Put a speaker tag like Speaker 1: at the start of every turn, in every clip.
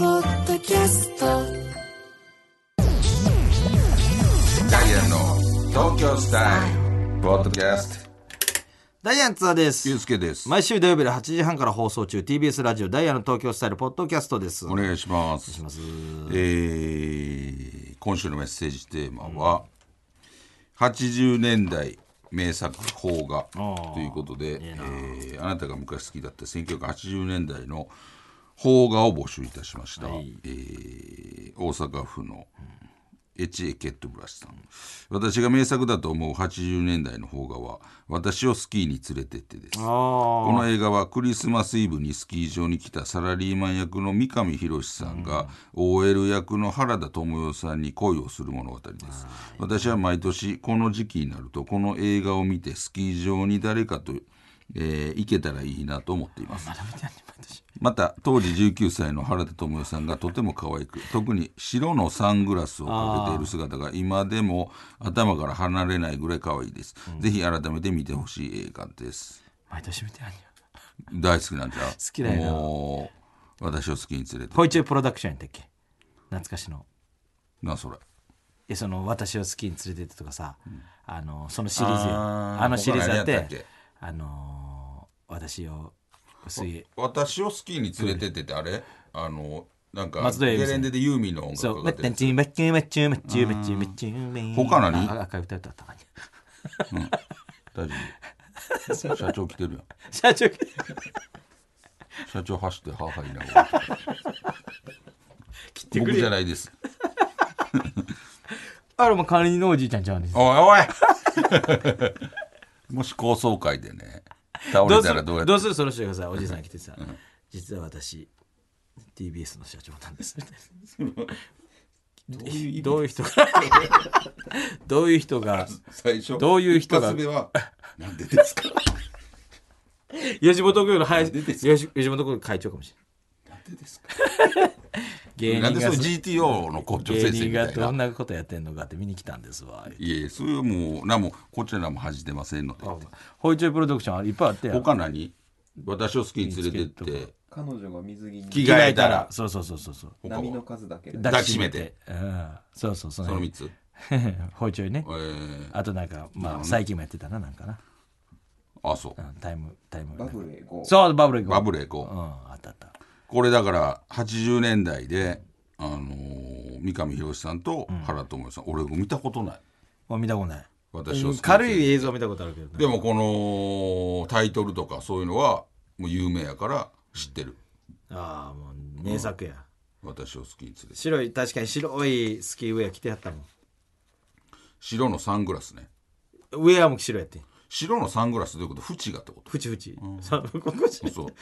Speaker 1: キャスト
Speaker 2: ダイアンの東京スタイルポッドキャスト
Speaker 3: ダイアンツアーで
Speaker 2: ゆう
Speaker 3: す。
Speaker 2: すけです
Speaker 3: 毎週土曜日の8時半から放送中、TBS ラジオダイヤの東京スタイルポッドキャストです。
Speaker 2: お願いしますえー今週のメッセージテーマは、80年代名作邦画ということでえーあなたが昔好きだった1980年代の邦画を募集いたしました、えー大阪府のエチエケットブラシさん私が名作だと思う80年代の邦画は私をスキーに連れてってですこの映画はクリスマスイブにスキー場に来たサラリーマン役の三上博史さんが OL 役の原田知世さんに恋をする物語です私は毎年この時期になるとこの映画を見てスキー場に誰かと、えー行けたらいいなと思っていますまた当時19歳の原田知世さんがとても可愛く特に白のサングラスをかけている姿が今でも頭から離れないぐらい可愛いです、ぜひ改めて見てほしい映画です
Speaker 3: 毎年見てあるよ。
Speaker 2: 大好きなんじゃ好
Speaker 3: きだよな
Speaker 2: もう私を好きに連れて
Speaker 3: ホイチュープロダクションやったっけ懐かしの。
Speaker 2: なそれ
Speaker 3: え、その、私を好きに連れてってとかさ、あの、そのシリーズよ
Speaker 2: あー
Speaker 3: あのシリーズあっ
Speaker 2: 他何やったってけ、
Speaker 3: あのー、私を、薄い、
Speaker 2: 私をスキーに連れてってってあれあのなんか
Speaker 3: 松戸
Speaker 2: ゲ
Speaker 3: 英二さん
Speaker 2: レンデでユーミンの音
Speaker 3: そ
Speaker 2: 楽
Speaker 3: う、
Speaker 2: が
Speaker 3: め
Speaker 2: っ
Speaker 3: ってた
Speaker 2: る
Speaker 3: んちめっちゅめっちゅめっちゅめっちゅめっちゅめっちゅ
Speaker 2: 他何
Speaker 3: あ赤い歌歌った感じ。
Speaker 2: 大丈夫社長来てるやん
Speaker 3: 社長、
Speaker 2: 社長走って母いな がら
Speaker 3: てくれよ
Speaker 2: 僕じゃないです
Speaker 3: あれも管理人のおじいちゃんちゃうんです。
Speaker 2: おい おいもし高層階でね倒
Speaker 3: ど
Speaker 2: れ
Speaker 3: うす
Speaker 2: たら
Speaker 3: る
Speaker 2: どうや
Speaker 3: ど
Speaker 2: って
Speaker 3: うするその人がさおじいさん来てさ、実は私 TBS の社長なん ですみたいなどういう人が どういう人が
Speaker 2: 最初
Speaker 3: どういう人が
Speaker 2: 一発目はなんでですか
Speaker 3: 吉本興業の林
Speaker 2: 出てき
Speaker 3: 吉吉本興業会長かもし
Speaker 2: なんでですか
Speaker 3: れ
Speaker 2: な
Speaker 3: な
Speaker 2: いん
Speaker 3: 芸
Speaker 2: で
Speaker 3: 人
Speaker 2: そ
Speaker 3: が
Speaker 2: の GTO の校長
Speaker 3: 芸
Speaker 2: 先生
Speaker 3: 人
Speaker 2: みた
Speaker 3: が
Speaker 2: いな
Speaker 3: どんなことやってんのかって見に来たんですわ
Speaker 2: いえいえ、それはもう、何も、こちらも恥じてませんので。
Speaker 3: ホイチョイプロダクションあれいっぱいあって
Speaker 2: 他何私を好きに連れてって、
Speaker 4: 彼女が水着に
Speaker 2: 着替えたら、
Speaker 3: そうそうそうそうそう
Speaker 2: 他
Speaker 4: 波の
Speaker 2: は
Speaker 4: 数だけで
Speaker 2: 抱きしめて
Speaker 3: 抱きしめてうんそうそうそ
Speaker 2: その
Speaker 3: の
Speaker 2: 3つ。
Speaker 3: ホイチョイね
Speaker 2: えー、
Speaker 3: あとなんかまあ最近もやってたななんかな
Speaker 2: あ、そう
Speaker 3: う。んタイムタイム
Speaker 4: バブルへこう
Speaker 3: そうバブル行こ
Speaker 2: バ
Speaker 3: う
Speaker 2: ブルエ
Speaker 3: う
Speaker 2: コ。
Speaker 3: んあったあった
Speaker 2: これだから、80年代で、あのー三上博史さんと原智代さん、俺見たことない。
Speaker 3: もう見たことない
Speaker 2: 私を好きに連れて
Speaker 3: 軽い映像は見たことあるけどね
Speaker 2: でも、このタイトルとかそういうのは、もう有名やから知ってる。
Speaker 3: ああもう名作や、
Speaker 2: 私を好きに連れて。
Speaker 3: 白い確かに白いスキーウェア着てやったもん
Speaker 2: 白のサングラスね。
Speaker 3: ウェアも白やってん
Speaker 2: 白のサングラスどういうこと縁がってこと
Speaker 3: ふちふち、さここし
Speaker 2: そう。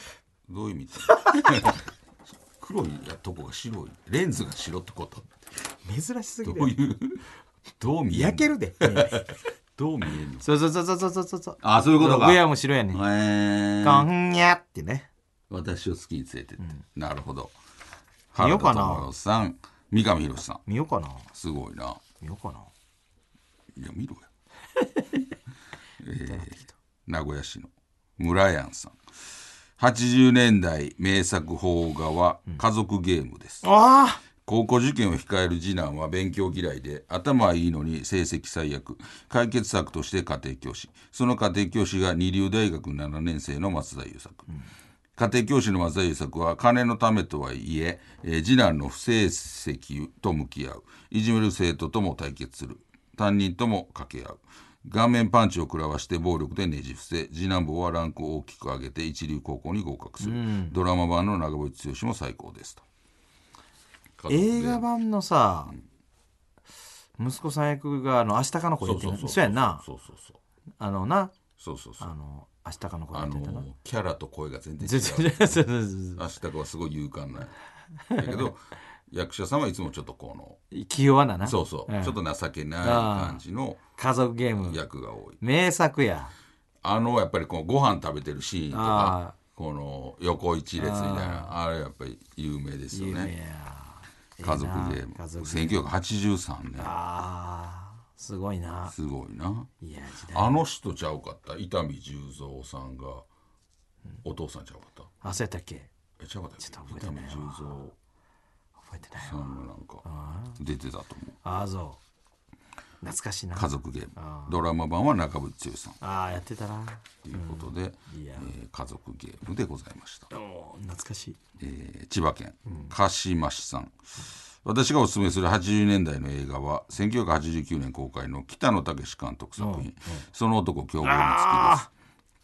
Speaker 2: どういう意味黒いやとこが白い。レンズが白ってこと。
Speaker 3: 珍しすぎ
Speaker 2: ど
Speaker 3: る
Speaker 2: ういう、どう見えんの
Speaker 3: 焼けるで
Speaker 2: どう見えんの
Speaker 3: そうそうそうそうそうそうそう
Speaker 2: あ、そういうことか。
Speaker 3: ウェアも白やねん、
Speaker 2: へ
Speaker 3: こ
Speaker 2: ー
Speaker 3: んにゃってね
Speaker 2: 私を好きに連れてって。なるほど。
Speaker 3: 見ようかな
Speaker 2: 原田知世さん、三上博さん。
Speaker 3: 見ようかな
Speaker 2: すごいな。
Speaker 3: 見ようかない
Speaker 2: や、見ろよ。 えー名古屋市の村やんさん。80年代名作邦画は家族ゲームです。
Speaker 3: あ
Speaker 2: 高校受験を控える次男は勉強嫌いで頭はいいのに成績最悪解決策として家庭教師その家庭教師が二流大学7年生の松田優作、家庭教師の松田優作は金のためとはいええー次男の不成績と向き合ういじめる生徒とも対決する担任とも掛け合う顔面パンチを食らわして暴力でねじ伏せ次男坊はランクを大きく上げて一流高校に合格する、ドラマ版の長渕剛も最高ですと。
Speaker 3: あ映画版のさ、息子さん役があの明日かの子
Speaker 2: そ
Speaker 3: や
Speaker 2: う
Speaker 3: っ
Speaker 2: そうそ
Speaker 3: てんな
Speaker 2: う
Speaker 3: そうやんな
Speaker 2: そうそうそう
Speaker 3: あのな
Speaker 2: そうそうそう
Speaker 3: あの明日かの子や
Speaker 2: あ
Speaker 3: っ
Speaker 2: の
Speaker 3: てたな
Speaker 2: キャラと声が全然
Speaker 3: 全
Speaker 2: 違う
Speaker 3: 然違うそうそうそう
Speaker 2: 明日かはすごい勇敢なだけど役者さんはいつもちょっとこの
Speaker 3: 気弱なな
Speaker 2: そうそう、
Speaker 3: ん
Speaker 2: ちょっと情けない感じの
Speaker 3: 家族ゲーム
Speaker 2: 役が多い
Speaker 3: 名作や
Speaker 2: あのやっぱりこうご飯食べてるシーンとか
Speaker 3: あ
Speaker 2: この横一列みたいなあれやっぱり有名ですよ
Speaker 3: 有名
Speaker 2: ね
Speaker 3: や
Speaker 2: 家族ゲーム
Speaker 3: 家族
Speaker 2: 1983年
Speaker 3: あーすごいな
Speaker 2: すごいない
Speaker 3: や時代
Speaker 2: あの人ちゃうかった伊丹十三さんがお父さんちゃうかった
Speaker 3: あそうやったっけ
Speaker 2: えちゃうかったっけ
Speaker 3: ちょっと
Speaker 2: 伊
Speaker 3: 覚えて
Speaker 2: 丹
Speaker 3: ないわ
Speaker 2: 十三
Speaker 3: 覚えてない
Speaker 2: それもなんか出てたと思う
Speaker 3: ああそう懐かしいな
Speaker 2: 家族ゲームドラマ版は中渕剛さん
Speaker 3: ああやってたな
Speaker 2: ということで、
Speaker 3: いや
Speaker 2: えー家族ゲームでございました、
Speaker 3: おー懐かしい
Speaker 2: えー千葉県鹿島市さん、私がおすすめする80年代の映画は1989年公開の北野武監督作品「その男凶暴につき」です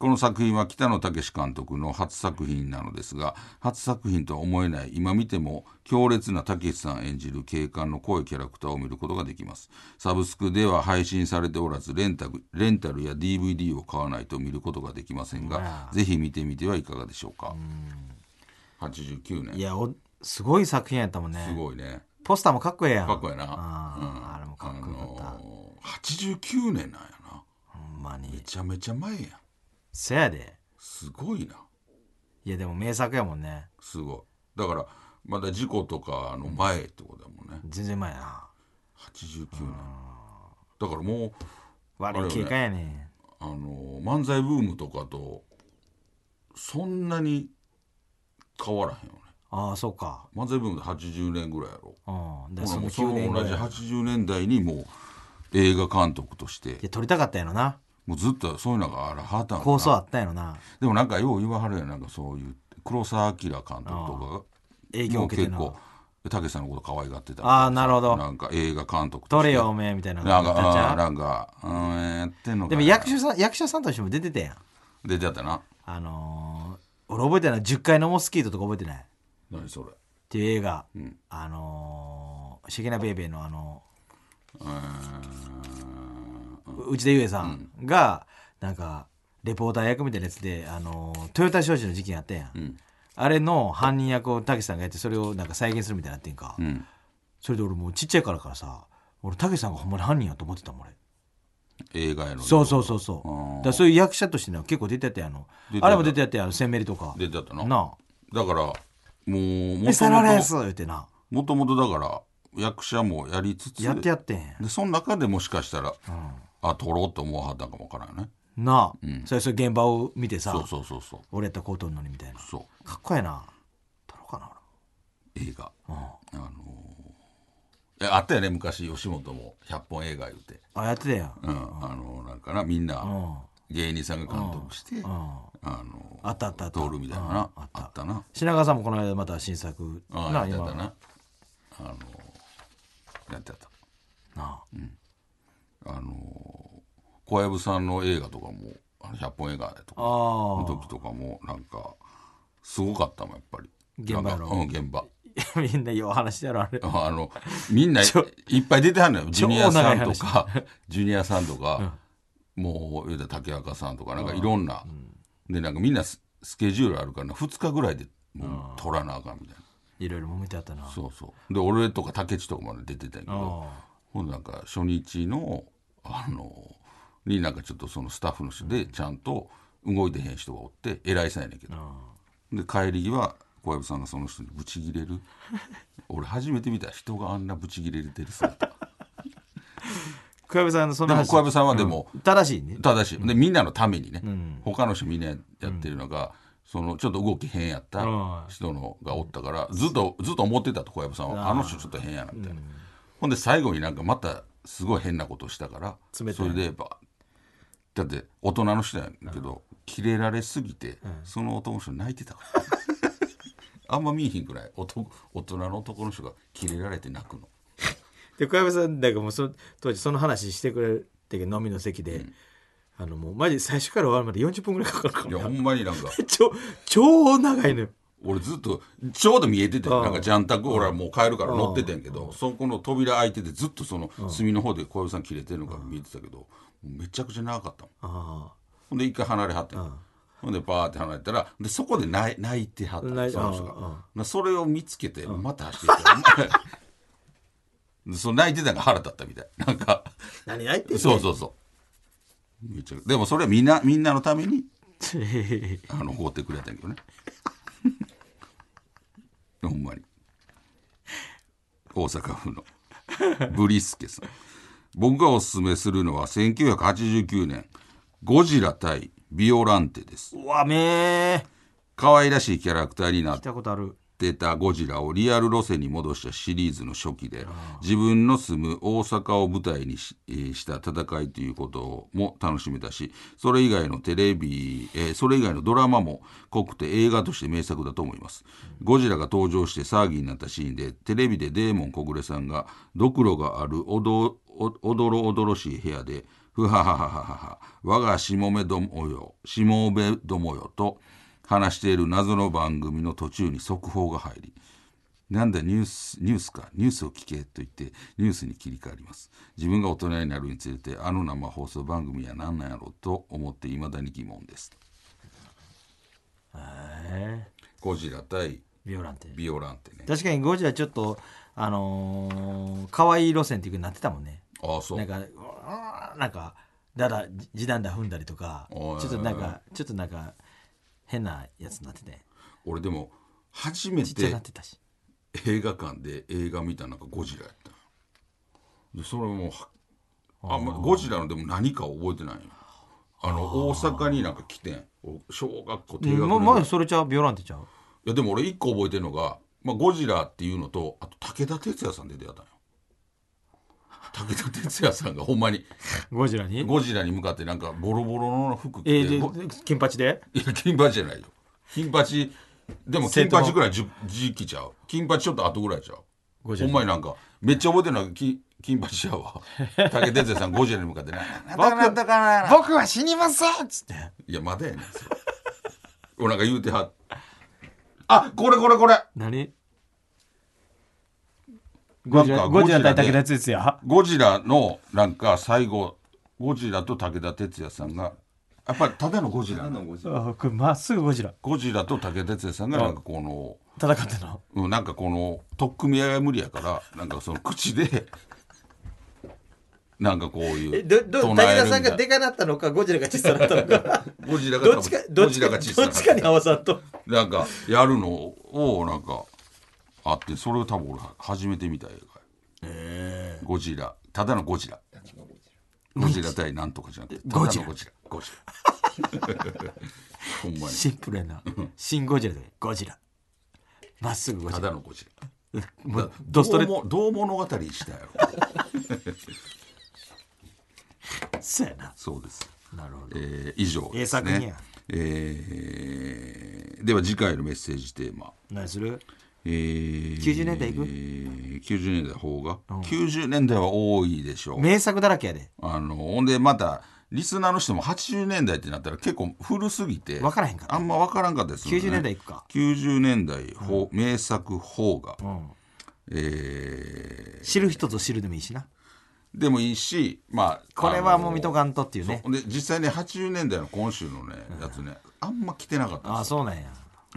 Speaker 2: この作品は北野武監督の初作品なのですが初作品とは思えない今見ても強烈な武さん演じる警官の濃いキャラクターを見ることができますサブスクでは配信されておらずレンタグレンタルや DVD を買わないと見ることができませんがぜひ見てみてはいかがでしょうか89
Speaker 3: い
Speaker 2: 年
Speaker 3: やおすごい作品やったもんね
Speaker 2: すごいね
Speaker 3: ポスターもかっこええやん
Speaker 2: かっこええな
Speaker 3: あ,、あれもかっこよかった、
Speaker 2: あのー89年なんやな
Speaker 3: ほんま
Speaker 2: め
Speaker 3: に
Speaker 2: ちゃめちゃ前やん
Speaker 3: せやです
Speaker 2: ごいない
Speaker 3: やでも名作やもんね
Speaker 2: すごいだからまだ事故とかの前ってことだもんね
Speaker 3: 全然前やな
Speaker 2: 89年だからもう
Speaker 3: 悪い警官やねん
Speaker 2: あの漫才ブームとかとそんなに変わらへんよね
Speaker 3: ああそうか
Speaker 2: 漫才ブームで80年ぐらいやろ
Speaker 3: うんだ
Speaker 2: ほ
Speaker 3: からら
Speaker 2: もうそ
Speaker 3: その
Speaker 2: の
Speaker 3: 9年
Speaker 2: 同
Speaker 3: 後
Speaker 2: じ
Speaker 3: や
Speaker 2: 80年代にもう映画監督として
Speaker 3: いや撮りたかったやろな
Speaker 2: もうずっとそういうのがあらはたんかな
Speaker 3: 構想あったやろな
Speaker 2: でもなんかよう言わはるやんなんかそういう黒澤明監督とかが
Speaker 3: 影響
Speaker 2: も
Speaker 3: を
Speaker 2: う
Speaker 3: 受けて
Speaker 2: 結
Speaker 3: な
Speaker 2: 構たけしさんのこと可愛がってた
Speaker 3: あーなるほど
Speaker 2: なんか映画監督と
Speaker 3: 撮
Speaker 2: して
Speaker 3: れよおめえみたいな
Speaker 2: なん
Speaker 3: 感じだったんちゃ
Speaker 2: か
Speaker 3: う
Speaker 2: うんなんかうんやってんのか
Speaker 3: で
Speaker 2: な
Speaker 3: も役所さん役者さんとしても出てたやん
Speaker 2: 出てたな
Speaker 3: あのー、俺覚えてない10階のモスキートとか覚えてないっ
Speaker 2: 何それ
Speaker 3: ていう映画、
Speaker 2: ん
Speaker 3: あのー、シゲナベイベーのあの
Speaker 2: うーん
Speaker 3: う内田裕也さんが、なんかレポーター役みたいなやつで、あのー、豊田商事の事件あったやん、
Speaker 2: ん
Speaker 3: あれの犯人役をたけしさんがやってそれをなんか再現するみたいになってんか、
Speaker 2: うん
Speaker 3: それで俺もうちっちゃいからからさ俺たけしさんがほんまに犯人やと思ってたもん俺
Speaker 2: 映画やの
Speaker 3: そう
Speaker 2: う
Speaker 3: そうそうそう
Speaker 2: あー
Speaker 3: だからそういう役者としてね結構出てたやんあの
Speaker 2: 出てた
Speaker 3: あれも出てたやんセンメリとか
Speaker 2: 出てたな
Speaker 3: なあ
Speaker 2: だからもうも
Speaker 3: 「ミスターロレンス!」
Speaker 2: と
Speaker 3: 言ってな
Speaker 2: もともとだから役者もやりつつ
Speaker 3: やってやってんや
Speaker 2: でその中でもしかしたら
Speaker 3: うん
Speaker 2: あ撮ろうと思わはったんかもわからんよね
Speaker 3: なあ、それそれ現場を見てさ
Speaker 2: そうそうそうそう
Speaker 3: 俺やったらこう撮るのにみたいな
Speaker 2: そう
Speaker 3: かっこええな撮ろうかな
Speaker 2: 映画
Speaker 3: 俺うん
Speaker 2: あのーえあったよね昔吉本も100本映画言うて、
Speaker 3: あやってたやん
Speaker 2: うんあのーなんかなみん
Speaker 3: う
Speaker 2: なん芸人さんが監督して、
Speaker 3: う
Speaker 2: あ
Speaker 3: ん
Speaker 2: のー
Speaker 3: あったあったあった
Speaker 2: 通るみたいなな、
Speaker 3: うんあ
Speaker 2: あ
Speaker 3: っ
Speaker 2: ったたな
Speaker 3: 品川さんもこの間また新作
Speaker 2: あ
Speaker 3: な
Speaker 2: やってたな
Speaker 3: な
Speaker 2: あのーやってた
Speaker 3: あ
Speaker 2: あのー小籔さんの映画とかもあの100本映画と
Speaker 3: あ
Speaker 2: かの
Speaker 3: ー
Speaker 2: 時とかもなんかすごかったもんやっぱり
Speaker 3: 現場やろ
Speaker 2: なんかうん現場
Speaker 3: みんなよう話してやろあれ
Speaker 2: あのみんない
Speaker 3: ちょ
Speaker 2: っぱい出てはんのよジュニアさんと
Speaker 3: 超
Speaker 2: か ジュニアさんとか、もう言うたら竹若さんとかなんかいろんな、でなんかみんなススケジュールあるからな2日ぐらいでもう取らなあかんみたいな、
Speaker 3: いろいろ揉めてあったな
Speaker 2: そうそうで俺とか竹内とかまで出てたんやけど
Speaker 3: あ
Speaker 2: ほんでなんか初日のあのになんかちょっとそのスタッフの人でちゃんと動いてへん人がおって偉いさんやねんけど
Speaker 3: あ、うん
Speaker 2: で帰り際小籔さんがその人にブチギレる 俺初めて見た人があんなブチギレてる姿
Speaker 3: 小籔さんのそ
Speaker 2: で
Speaker 3: の
Speaker 2: も
Speaker 3: 話
Speaker 2: 小籔さんはでも、
Speaker 3: 正しいね
Speaker 2: ただしでみんなのためにね、他の人みんなやってるのが、そのちょっと動き変やった
Speaker 3: うん
Speaker 2: 人のがおったから、ずっとずっと思ってたと小籔さんはあの人ちょっと変やなみたいな、ほんで最後になんかまたすごい変なことしたからそ
Speaker 3: 冷たい
Speaker 2: れでやっぱだって大人の人やけど、キレられすぎて、その男の人泣いてたから あんま見えひんくらい男大人の男の人がキレられて泣くの
Speaker 3: で小籔さんだからもうその当時その話してくれてけど飲みの席で、あのもうマジ最初から終わるまで40分ぐらいかかるか
Speaker 2: いや
Speaker 3: も
Speaker 2: ほ
Speaker 3: なん
Speaker 2: まになんか
Speaker 3: 超超長いのよ
Speaker 2: 俺ずっとちょうど見えてて
Speaker 3: うん
Speaker 2: なんかジャンタク俺はもう帰るから乗っててんけどそこの扉開いててずっとその隅の方で小籔さん切れてるのが見えてたけどめちゃくちゃ長かったもん
Speaker 3: あ
Speaker 2: ほんで一回離れはってんほんでバーって離れたらでそこで泣い泣いてはった
Speaker 3: 泣
Speaker 2: の
Speaker 3: い
Speaker 2: その人
Speaker 3: うんうん
Speaker 2: がなそれを見つけてまた走っていったでそう泣いてたのが腹立ったみたいなんか
Speaker 3: あ何泣いてん
Speaker 2: そうそうそうめちゃでもそれはみんなみんなのために
Speaker 3: う
Speaker 2: あの怒ってくれたんやけどねほんまに大阪府のブリスケさん僕がおすすめするのは1989年ゴジラ対ビオランテです
Speaker 3: うわめー
Speaker 2: 可愛らしいキャラクターになっ
Speaker 3: 聞いたことある
Speaker 2: ってたゴジラをリアル路線に戻したシリーズの初期で自分の住む大阪を舞台にしえーした戦いということも楽しめたしそれ以外のテレビ、えーそれ以外のドラマも濃くて映画として名作だと思いますゴジラが登場して騒ぎになったシーンでテレビでデーモン小暮さんがドクロがあるおどおおどろおどろしい部屋でふはははははは我がしもめどもよしもべどもよと話している謎の番組の途中に速報が入りなんだニュースニュースかニュースを聞けと言ってニュースに切り替わります自分が大人になるにつれてあの生放送番組は何なんやろうと思っていまだに疑問です
Speaker 3: え
Speaker 2: ゴジラ対
Speaker 3: ービオランテ
Speaker 2: ビオランってね
Speaker 3: 確かにゴジラちょっとあのー、可愛い路線っていう風になってたもんね
Speaker 2: ああそう
Speaker 3: なんかうわーなんかだだ時短だ踏んだりとかち
Speaker 2: お
Speaker 3: ょ
Speaker 2: い
Speaker 3: っとなんかちょっとなんか変なやつになってて
Speaker 2: 俺でも初め
Speaker 3: ちっちゃ
Speaker 2: て
Speaker 3: なってたし
Speaker 2: 映画館で映画見たのがゴジラやったでそれもうはあんまゴジラのでも何か覚えてないよあの大阪になんか来てんお小学校低学年
Speaker 3: ま前それちゃうビオランテちゃう
Speaker 2: いやでも俺一個覚えてるのが、まあ、ゴジラっていうのとあと武田鉄矢さんで出会ったんよ武田鉄矢さんがほんまに
Speaker 3: ゴジラに
Speaker 2: ゴジラに向かってなんかボロボロの服着て、
Speaker 3: えー
Speaker 2: ご
Speaker 3: で金八で
Speaker 2: いや金八じゃないよ金八でも金八ぐらいじゅ時期ちゃう金八ちょっと後ぐらいちゃう
Speaker 3: ゴジ
Speaker 2: ほ
Speaker 3: ラ
Speaker 2: んまになんかめっちゃ覚えてるのが金金八やわ武田鉄矢さんゴジラに向かってね「
Speaker 3: 僕
Speaker 2: なんとかなんとかな
Speaker 3: 僕は死にませんっつって
Speaker 2: いやまだやねんそれおなんか言うてはっあこれこれこれ
Speaker 3: 何
Speaker 2: ゴ
Speaker 3: ゴ
Speaker 2: ジ
Speaker 3: ジ
Speaker 2: ラ
Speaker 3: ラゴジラ対
Speaker 2: ゴジラで
Speaker 3: 武田鉄矢
Speaker 2: ゴジラのなんか最後ゴジラと武田鉄矢さんがやっぱりただのゴジラ
Speaker 4: あの
Speaker 2: なの
Speaker 4: ゴジラ
Speaker 3: あこれまっすぐゴジラ
Speaker 2: ゴジラと武田鉄矢さんがなんかこの
Speaker 3: 戦ってんの
Speaker 2: うんなんかこの取っ組み合いは無理やからなんかその口で なんかこういう唱えるみたい
Speaker 3: かなったのかゴジラが小さなった のか
Speaker 2: なゴジラが多分ゴジラが小さな
Speaker 3: 合わさんと
Speaker 2: なんかやるのをなんかあってそれを多分俺初めて見た映画ゴジラただのゴジラゴジラ対なんとかじゃなくてただの
Speaker 3: ゴジラ
Speaker 2: ゴジラゴジラ ほんまに
Speaker 3: シンプルやなシンゴジラでゴジラまっすぐゴ
Speaker 2: た
Speaker 3: ジ
Speaker 2: だ
Speaker 3: ラ
Speaker 2: のゴジラ
Speaker 3: もう
Speaker 2: ど
Speaker 3: ド
Speaker 2: う
Speaker 3: ストレ
Speaker 2: もどう物語したやろ
Speaker 3: そうやな
Speaker 2: そうです、
Speaker 3: なるほど
Speaker 2: えー、以上です
Speaker 3: ええ作品
Speaker 2: ね
Speaker 3: や
Speaker 2: えーでは次回のメッセージテーマ
Speaker 3: 何する
Speaker 2: えー、
Speaker 3: 90年代いく
Speaker 2: 90年代方が、90年代は多いでしょう
Speaker 3: 名作だらけやで
Speaker 2: あのほんでまたリスナーの人も80年代ってなったら結構古すぎて
Speaker 3: わからへんかった
Speaker 2: あんま分からんかったですよね
Speaker 3: 90年代いくか
Speaker 2: 90年代、ほう名作邦画、
Speaker 3: ん
Speaker 2: え
Speaker 3: 知る人ぞ知るでもいいしな
Speaker 2: ーでもいいしまあ
Speaker 3: これはもう見とかんとっていうね
Speaker 2: ほんで実際ね80年代の今週のねやつねあんま来てなかったん
Speaker 3: あ
Speaker 2: で
Speaker 3: あそうなんや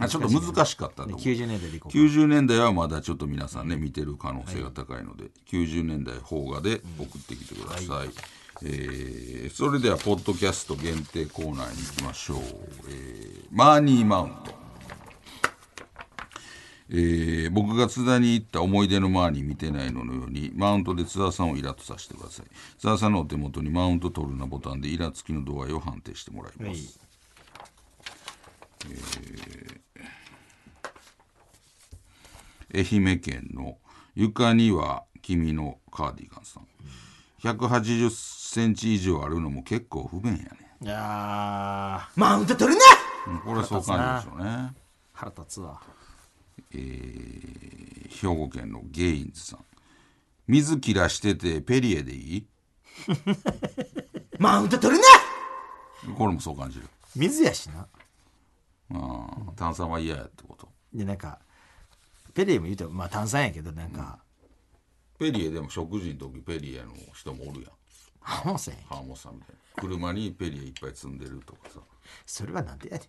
Speaker 2: すちょっと難しかったと思う
Speaker 3: 90年代でいこう
Speaker 2: 90年代はまだちょっと皆さんね見てる可能性が高いので、90年代邦画で送ってきてください、えーそれではポッドキャスト限定コーナーに行きましょう、えーマーニーマウント、えー僕が津田に行った思い出のマーニー見てないののようにマウントで津田さんをイラッとさせてください津田さんのお手元にマウント取るなボタンでイラつきの度合いを判定してもらいます、
Speaker 3: はい
Speaker 2: 愛媛県の床には君のカーディガンさん180センチ以上あるのも結構不便やね
Speaker 3: いやーマウント取るな
Speaker 2: うんこれはそう感じでしょうね、
Speaker 3: 腹立つわ
Speaker 2: えー兵庫県のゲインズさん水切らしててペリエでいい
Speaker 3: マウント取るな
Speaker 2: これもそう感じる
Speaker 3: 水やしな
Speaker 2: うん炭酸は嫌やってこと
Speaker 3: でなんかペレも言うとまあ炭酸やけどなんか、
Speaker 2: ペリエでも食事の時ペリエの人もおるやん
Speaker 3: あもうせん
Speaker 2: ハーモンさんみたいな車にペリエいっぱい積んでるとかさ
Speaker 3: それはなんでやね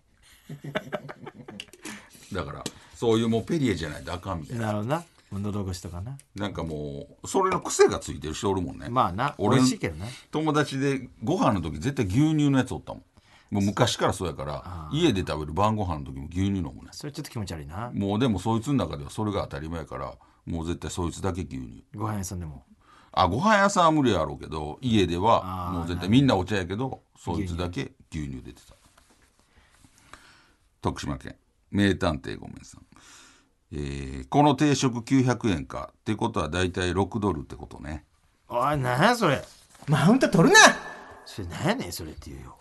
Speaker 2: だからそういうもうペリエじゃないとあかんみたい
Speaker 3: ん
Speaker 2: な
Speaker 3: なるほどな喉越しとかな
Speaker 2: なんかもうそれの癖がついてる人おるもんね
Speaker 3: まあな
Speaker 2: 俺
Speaker 3: 美味しいけどね
Speaker 2: 友達でご飯の時絶対牛乳のやつおったもんもう昔からそうやから家で食べる晩ご飯の時も牛乳飲むね
Speaker 3: それちょっと気持ち悪いな
Speaker 2: もうでもそいつの中ではそれが当たり前やからもう絶対そいつだけ牛乳
Speaker 3: ご飯屋さんでも
Speaker 2: あご飯屋さんは無理やろうけど家では
Speaker 3: あー
Speaker 2: もう絶対みんなお茶やけどそいつだけ牛乳出てた徳島県名探偵ごめんさんえーこの定食900円かってことは大体6ドルってことね
Speaker 3: おい、なんやそれ。マウント取るなそれ、なんやねん、それって言うよ。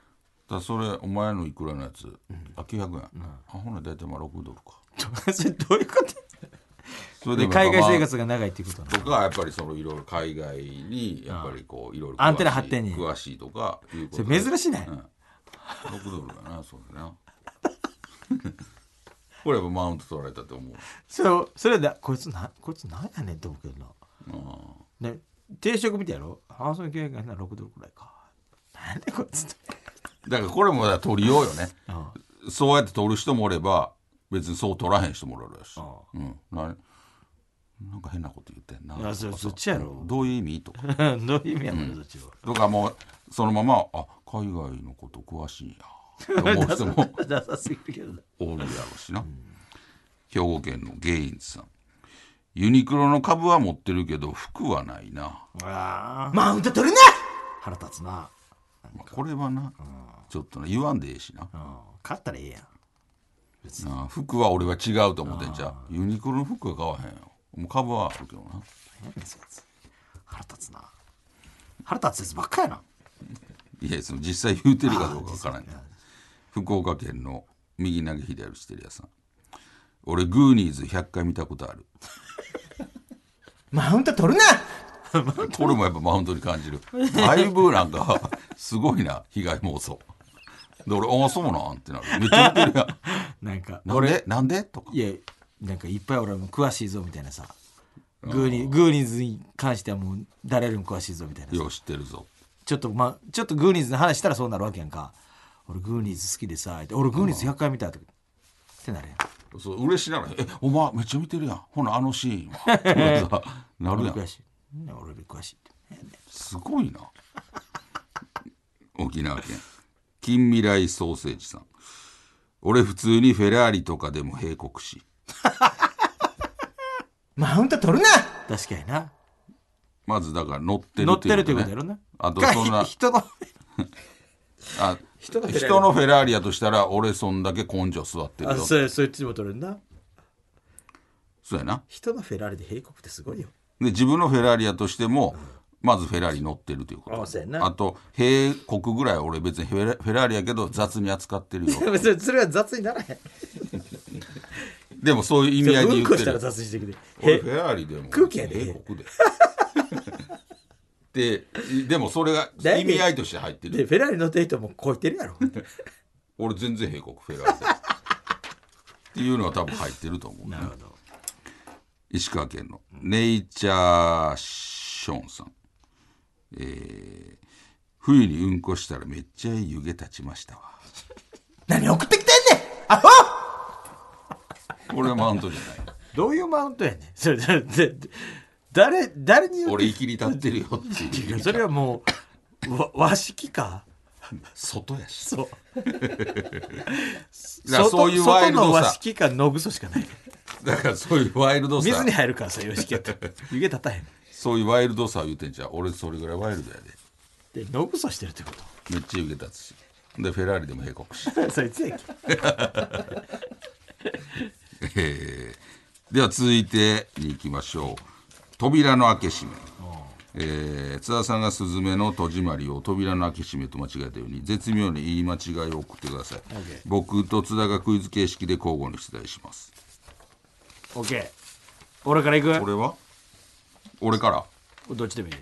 Speaker 2: だからそれお前のいくらのやつ、あ900円、あほな大体まあ6ドルか
Speaker 3: それ、どういうこと
Speaker 2: それ
Speaker 3: で
Speaker 2: も
Speaker 3: 海外生
Speaker 2: やっぱ
Speaker 3: 活が長いっていうこと
Speaker 2: ま
Speaker 3: なの
Speaker 2: あとかやっぱりそのいろいろ海外にやっぱりこういろいろ
Speaker 3: アンテナ張ってんねん
Speaker 2: 詳しいとかいうこと
Speaker 3: それ珍しいね
Speaker 2: うん、6ドルかなそうだな これやっぱマウント取られたと思う
Speaker 3: それそれだこいつなこいつなんやねんって思うけど
Speaker 2: あ
Speaker 3: な、ね、定食みたいやろ半袖900円な6ドルくらいかなんでこいつって
Speaker 2: あだからこれもだから取りようよね
Speaker 3: あ
Speaker 2: そうやって取る人もおれば別にそう取らへん人もおるやし
Speaker 3: ああ
Speaker 2: うん、ななんか変なこと言ってんない
Speaker 3: やそそっちやろ
Speaker 2: どういう意味とか
Speaker 3: あどういう意味やもんそっちは
Speaker 2: とかもうそのままあ海外のこと詳しいんやと思う人も
Speaker 3: ダサすぎるけどな
Speaker 2: おるやろしな、兵庫県のゲインさんユニクロの株は持ってるけど服はないな、
Speaker 3: あマウント取るな腹立つな
Speaker 2: まあこれはな、ちょっとな言わんでええしな、
Speaker 3: うん勝ったらええやん
Speaker 2: なあ服は俺は違うと思ってんじゃうユニクロの服は買わへんよもう株はあるけどな
Speaker 3: 何やねんそいつ腹立つな腹立つやつばっかやない
Speaker 2: やその実際言うてるかどうかわからんけど福岡県の右投げ左打ちてるやさん俺グーニーズ100回見たことある
Speaker 3: マウント取るな
Speaker 2: これもやっぱマウンドに感じる。だいぶなんか、すごいな、被害妄想。で、俺、ああ、そうなんってなる。めっちゃ見てるやん。
Speaker 3: なんか
Speaker 2: なんでなんでとか。
Speaker 3: いやなんかいっぱい俺も詳しいぞみたいなさグーニーグーニーズに関してはもう誰よりも詳しいぞみたいなさ
Speaker 2: よう知ってるぞ。
Speaker 3: ちょっとまあちょっとグーニーズの話したらそうなるわけやんか俺グーニーズ好きでさって俺グーニーズ100回見たとかってなるやん
Speaker 2: そう嬉しいなら、え、お前めっちゃ見てるやん。ほな、あのシーンは。とかさなるや
Speaker 3: 俺より詳
Speaker 2: ん。
Speaker 3: しいね俺より詳しいって
Speaker 2: すごいな。沖縄県。近未来ソーセージさん。俺、普通にフェラーリとかでも閉国し。
Speaker 3: マウント取るな確かにな
Speaker 2: まず、だから乗ってる
Speaker 3: 乗ってる
Speaker 2: と
Speaker 3: と
Speaker 2: い
Speaker 3: いうう
Speaker 2: こね
Speaker 3: こととやろな
Speaker 2: あと、そんな
Speaker 3: か。 人の
Speaker 2: あ人
Speaker 3: 人
Speaker 2: の
Speaker 3: の
Speaker 2: フ
Speaker 3: フェラ
Speaker 2: ェラー
Speaker 3: ーリ
Speaker 2: リやとしたら俺そんだけ根性座ってるよそう
Speaker 3: うそっちも取るな
Speaker 2: やな
Speaker 3: 人のフェラーリで閉国ってすごいよ
Speaker 2: で自分のフェラーリやとしてもまずフェラーリ乗ってるというこ
Speaker 3: あそうや
Speaker 2: と
Speaker 3: な
Speaker 2: あと閉国ぐらい俺別にフェラフェラーリやけど雑に扱ってるよ
Speaker 3: それは雑にならへん
Speaker 2: でもそういう意味合いで言ってる
Speaker 3: にしてきて
Speaker 2: 俺フェラーリでも
Speaker 3: 空気やで
Speaker 2: 閉国 でででもそれが
Speaker 3: だ
Speaker 2: 意
Speaker 3: いぶ
Speaker 2: 味合いとして入って
Speaker 3: で、
Speaker 2: る
Speaker 3: フェラーリ乗ってる人も超えてるやろ。
Speaker 2: 俺全然閉国フェラーリでっていうのは多分入ってると思うね
Speaker 3: ど。
Speaker 2: 石川県のネイチャーショーンさん、えー冬にうんこしたらめっちゃいい湯気立ちましたわ
Speaker 3: 何送ってきてんねんアホ
Speaker 2: 俺はマウントじゃない
Speaker 3: どういうマウントやねん。それ、だだ誰、誰に言う
Speaker 2: 俺いきり立ってるよって いう
Speaker 3: それはもう、わ、和式か。
Speaker 2: 外やし
Speaker 3: そう。
Speaker 2: だからそういうワイル
Speaker 3: 外の
Speaker 2: ド
Speaker 3: 和
Speaker 2: さ
Speaker 3: 式か、のぐそしかない。
Speaker 2: だからそういうワイルドさ
Speaker 3: 水に入るからさ、洋式やったら。湯気立たへん。
Speaker 2: そういうワイルドさを言うてんじゃん俺それぐらいワイルドやで
Speaker 3: で、のぐそしてるってこ
Speaker 2: めっちゃ湯気立つしでフェラーリでも閉国し
Speaker 3: と。そいつやんけ
Speaker 2: えーでは続いてに行きましょう扉の開け閉め、えー津田さんが「スズメの戸締まり」を「扉の開け閉め」と間違えたように絶妙に言い間違いを送ってください僕と津田がクイズ形式で交互に出題します
Speaker 3: オッケー。俺から行
Speaker 2: 俺は俺から
Speaker 3: くどっちでもいい。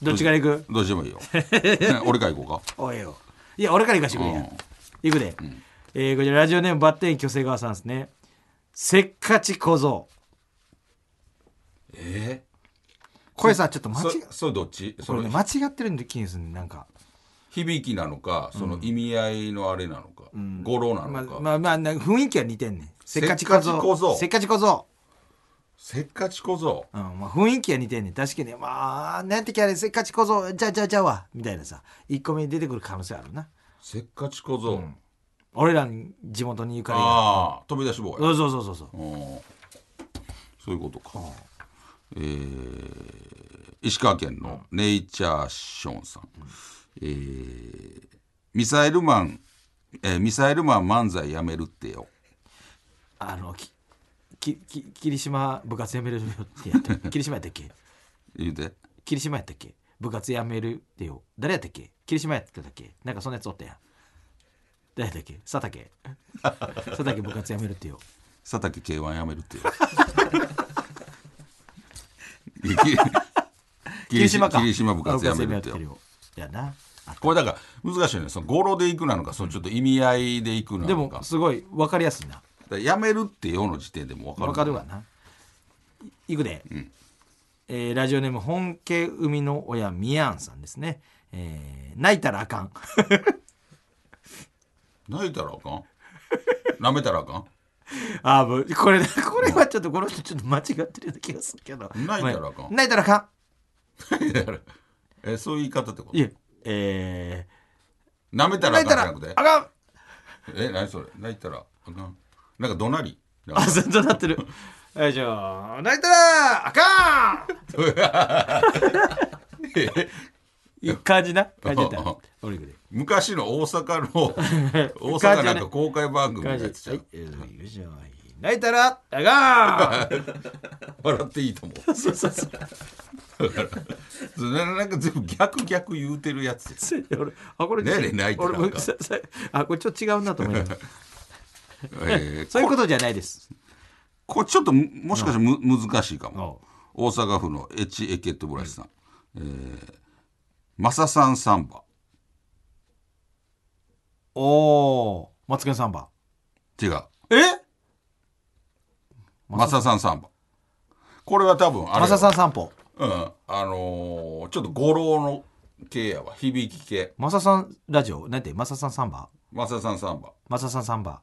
Speaker 3: どっちから行く
Speaker 2: どうしてもいい よ俺から行こうか
Speaker 3: おいよ。いや、俺から行かしてくれや
Speaker 2: うん。
Speaker 3: 行くで。えーこちら、ラジオネームバッテン巨瀬川さんですね。せっかち小僧。
Speaker 2: え
Speaker 3: これさ、ちょっと間違
Speaker 2: そ、それどっち
Speaker 3: こ
Speaker 2: そ
Speaker 3: れ
Speaker 2: の
Speaker 3: ね、間違ってるんで気にするね、なんか。
Speaker 2: 響きなのかその意味合いのあれなのか、語呂な
Speaker 3: まあ
Speaker 2: のか、
Speaker 3: まあ、まあ、なんか雰囲気は似てんねん。せっかち小
Speaker 2: せっかち小僧
Speaker 3: 僧。せっかち小僧。
Speaker 2: せっかち小僧
Speaker 3: うん、まあ、雰囲気は似てんねん。確かに、まあ、なんてきゃね、せっかち小僧、じゃあじゃあじゃあわ。みたいなさ、1個目に出てくる可能性あるな。
Speaker 2: せっかち小僧、
Speaker 3: 俺らの地元にゆかりが。
Speaker 2: ああ飛び出し坊や
Speaker 3: そうそうそうそうそう。
Speaker 2: うんそういうことか。えー石川県のネイチャーショーンさん。えーミサイルマン、えーミサイルマン漫才やめるってよ。
Speaker 3: あの、ききき霧島部活やめるよってや って霧島やったっけ
Speaker 2: 言うて
Speaker 3: 霧島やったっけ部活やめるってよ誰やったっけ霧島やったっけなんかそんなやつおったやん誰やったっけ 佐竹佐竹部活やめるってよ
Speaker 2: 佐竹 K1 やめるって いういやき
Speaker 3: 霧島か
Speaker 2: 霧島部活やめるって
Speaker 3: 部活
Speaker 2: よ
Speaker 3: よやなあ
Speaker 2: これだから難しいよねその語呂でいくなのかそのちょっと意味合いでいくなのか
Speaker 3: でもすごい分かりやすいな
Speaker 2: だからやめるってよの時点でも分かる
Speaker 3: わかるわないいくで、えーラジオネーム本家生みの親みやんさんですね、えー泣いたらあかん
Speaker 2: 泣いたらあかん舐めたらあかん
Speaker 3: あーもうこれ これはちょっとこの人ちょっと間違ってるような気がするけど
Speaker 2: 泣いたらあかん
Speaker 3: ごめ泣いたらあか
Speaker 2: えそういう言い方ってこ
Speaker 3: ん
Speaker 2: と
Speaker 3: いええ
Speaker 2: 舐め
Speaker 3: ー
Speaker 2: たら
Speaker 3: 泣
Speaker 2: あ
Speaker 3: い
Speaker 2: かん
Speaker 3: た
Speaker 2: じゃ
Speaker 3: らあ
Speaker 2: なくて
Speaker 3: かん
Speaker 2: え何それ泣いたらあかんなんか怒鳴りなん
Speaker 3: あ
Speaker 2: か
Speaker 3: ずっとなってる はいじゃあ泣いたらあかん いい感じな感じだ俺いくで
Speaker 2: 昔の大阪の大
Speaker 3: 感じ
Speaker 2: 阪
Speaker 3: ね
Speaker 2: なんか公開番組のやつじゃん
Speaker 3: 泣いたらあかん
Speaker 2: 笑っていいと思 う
Speaker 3: そうそうそう
Speaker 2: それなんか全部逆逆言うてるやつ
Speaker 3: つい俺あこれ
Speaker 2: ねえねえ泣いたら
Speaker 3: 俺もささあこれちょっと違うなと思いな がら
Speaker 2: えー
Speaker 3: そういうことじゃないです
Speaker 2: これちょっとむもしかしたらむ難しいかも
Speaker 3: お
Speaker 2: 大阪府のエチエケットブラシさん、えーマサさんサンバ
Speaker 3: おおマツケンサンバ
Speaker 2: 違う
Speaker 3: え
Speaker 2: マサさんサンバこれは多分あれ
Speaker 3: マ
Speaker 2: よ
Speaker 3: サさん散歩
Speaker 2: うんあのーちょっと語呂の系やわ響き系
Speaker 3: マサさんラジオなんてマサさんサンバ
Speaker 2: マサさんサンバ
Speaker 3: マサさんサンバ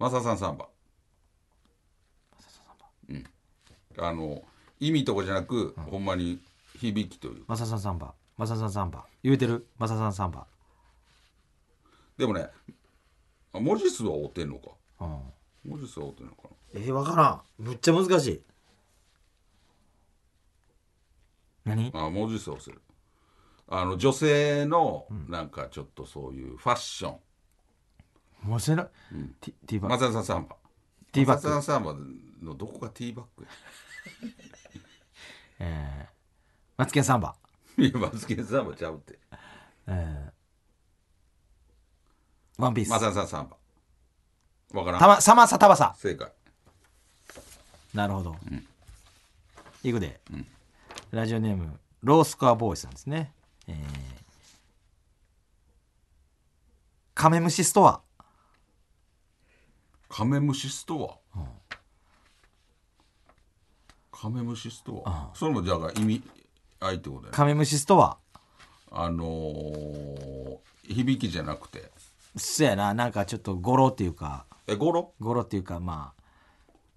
Speaker 2: マサさんサンバうんあの意味とかじゃなく、ほんまに響きという
Speaker 3: マサさんサンバマサさんサンバ言うてるマサさんサンバ
Speaker 2: でもねあ文字数は追ってんのか
Speaker 3: うん
Speaker 2: 文字数は追ってんのかな
Speaker 3: えー、分からんむっちゃ難しい何
Speaker 2: あ文字数をするあの女性のなんかちょっとそういうファッション、
Speaker 3: もうせな、ティティーバッ
Speaker 2: マ
Speaker 3: ク
Speaker 2: サさんサンバ
Speaker 3: ティーバッ
Speaker 2: マ
Speaker 3: ク
Speaker 2: サさんサンバのどこがティーバックや
Speaker 3: えー、マツケンサンバ
Speaker 2: いやマツケンサンバちゃうって
Speaker 3: ワンピース、
Speaker 2: マサさんサンバわからん
Speaker 3: たまサマサタバサ
Speaker 2: 正解
Speaker 3: なるほど、いくで、ラジオネームロースコアボーイさんですねえーカメムシストア
Speaker 2: カメムシストア、カメムシストア、それもじゃあ意味合いってことだよね
Speaker 3: カメムシストア
Speaker 2: あのー響きじゃなくて
Speaker 3: そやななんかちょっとゴロっていうか
Speaker 2: えゴロ
Speaker 3: ゴロっていうかまあ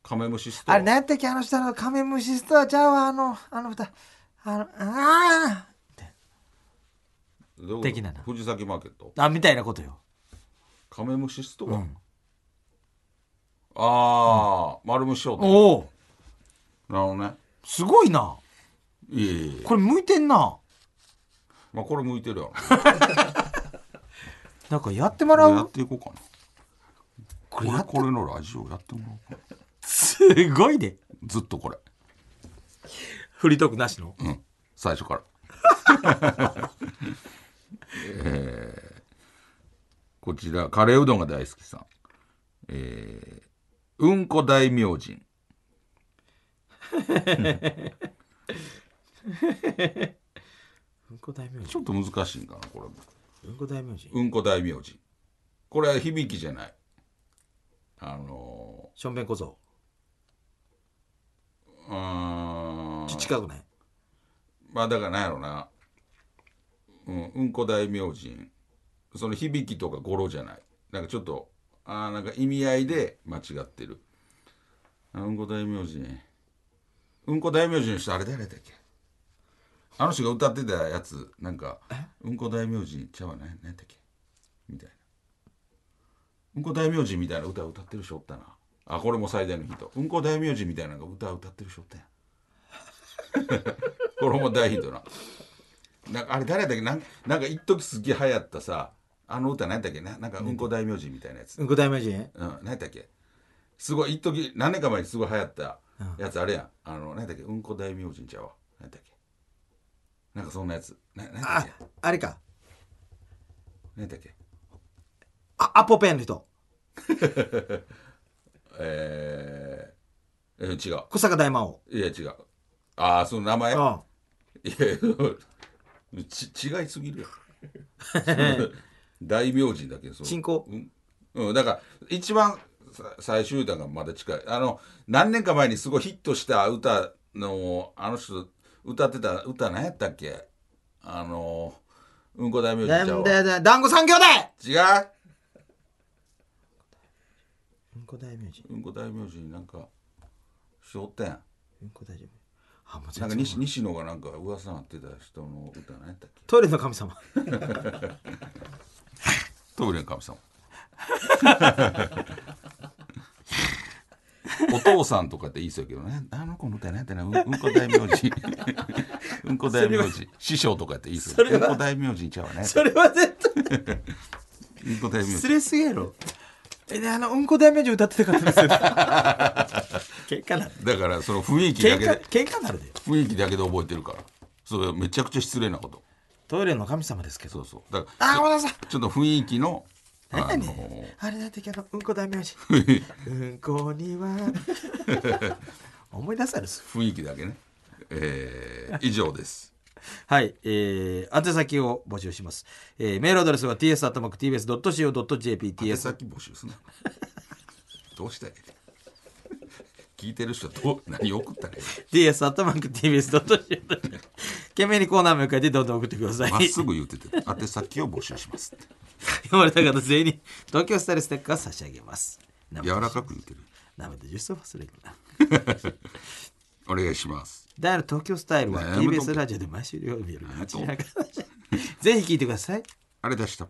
Speaker 2: カメムシストア
Speaker 3: あれ何やったっけあの人のカメムシストアちゃうわあのあの歌あのあ
Speaker 2: どういうこと
Speaker 3: 的なな
Speaker 2: 藤崎マーケット
Speaker 3: ーあみたいなことよ
Speaker 2: カメムシストア、ああ、丸虫商店なる
Speaker 3: おお
Speaker 2: ほどね
Speaker 3: すごいな
Speaker 2: え
Speaker 3: い
Speaker 2: いえ、
Speaker 3: これ向いてんな
Speaker 2: まあ、これ向いてるやろ
Speaker 3: なんかやってもら
Speaker 2: や
Speaker 3: う
Speaker 2: っていこうかな
Speaker 3: こ
Speaker 2: こ
Speaker 3: れ
Speaker 2: れ
Speaker 3: やっ
Speaker 2: これのラジオやってもらおうかな
Speaker 3: すごいね
Speaker 2: ずっとこれ
Speaker 3: フリートークなしの
Speaker 2: うん、最初から。え ーこちら、カレーうどんが大好きさん。えーうんこ大名人。
Speaker 3: うんこ大名
Speaker 2: ちょっと難しいんかな、これも。
Speaker 3: うんこ大名人
Speaker 2: うんこ大名人。これは響きじゃない。あの
Speaker 3: しょんべん小僧
Speaker 2: ー、うーん
Speaker 3: ちょ近くない
Speaker 2: まあだからなんやろな。うん、うんこ大名人。その響きとか語呂じゃない。なんかちょっと、ああ、なんか意味合いで間違ってる。あうんこ大名人。うんこ大名人の人、あれ誰だっけあの人が歌ってたやつ、なんか、うんこ大名人ちゃうわね、なんだっけみたいな。うんこ大名人みたいな歌歌ってる人おったな。あ、これも最大のヒント。うんこ大名人みたいなのが歌歌ってる人おったやん。 これも大ヒントな。なんかあれ誰だっけなんなんか一時すげえ流行ったさあの歌何だっけななんかうんこ大名人みたいなやつ、
Speaker 3: うんこ大名人
Speaker 2: うん、何だっけすごい一時何年か前にすごい流行ったやつあれやんあの何だっけうんこ大名人ちゃうわ何だっけなんかそんなやつな何だっ
Speaker 3: あ
Speaker 2: け
Speaker 3: あれか
Speaker 2: 何だっけ
Speaker 3: あアポペンの人
Speaker 2: えー、え違う
Speaker 3: 小坂大魔王
Speaker 2: いや違うああその名前いや
Speaker 3: あ
Speaker 2: ち違いすぎるやん 大名人だけそう
Speaker 3: 進行
Speaker 2: うん、うん、だから一番さ最終歌がまだ近いあの何年か前にすごいヒットした歌のあの人歌ってた歌何やったっけあのうんこ大名人ち
Speaker 3: な
Speaker 2: ゃうんわ
Speaker 3: だだ団子三兄弟
Speaker 2: 違う
Speaker 3: うんこ大名人
Speaker 2: うんこ大名人なんか人おったやん
Speaker 3: うんこ大丈夫あもう
Speaker 2: な
Speaker 3: 全
Speaker 2: んか
Speaker 3: 然
Speaker 2: 西西野がなんか噂になってた人の歌何やったっけ
Speaker 3: トイレの神様
Speaker 2: トイレの神様 お父さんとかって言いそうやけどねあの子の歌何やったなうんうんこ大名 人うんこ大名人師匠とかって言いそううんこ大名人ちゃうわね
Speaker 3: それは絶対
Speaker 2: うんこ大名
Speaker 3: 失
Speaker 2: 人
Speaker 3: 礼すぎやろえであのうんこ大名人歌ってたかったん ですよ喧嘩なる
Speaker 2: だからその雰囲気だ
Speaker 3: 喧
Speaker 2: け
Speaker 3: 嘩
Speaker 2: で
Speaker 3: 喧嘩なるで
Speaker 2: 雰囲気だけで覚えてるからそれめちゃくちゃ失礼なこと
Speaker 3: トイレの神様ですけ
Speaker 2: そ
Speaker 3: ど
Speaker 2: うそうだから
Speaker 3: あごめんなさい
Speaker 2: ちょっと雰囲気の
Speaker 3: 何
Speaker 2: あ
Speaker 3: やね
Speaker 2: の
Speaker 3: んあれだってけどうんこ大名人うんこには思い出され る
Speaker 2: 雰囲気だけね、えー、以上です
Speaker 3: はい、えー、宛先を募集します、えー、メールアドレスは ts.tbs.co.jp
Speaker 2: 宛
Speaker 3: ts
Speaker 2: 先募集すなどうしたらいい聞いてる人どう何送ったらいい
Speaker 3: ts アットマーク tbs.co.jp 懸命にコーナー名を書いてどんどん送ってください
Speaker 2: まっすぐ言ってて宛先を募集しますって
Speaker 3: 読まれた方全員に東京スタイルステッカー差し上げますなめて
Speaker 2: 柔らかく言ってる
Speaker 3: なめて実装忘れるな
Speaker 2: お願いします
Speaker 3: ダイヤル東京スタイルは
Speaker 2: ねえ
Speaker 3: TBS ラジオで毎週料曜日夜
Speaker 2: ねえ
Speaker 3: 8時半からぜひ聞いてください
Speaker 2: あれ出した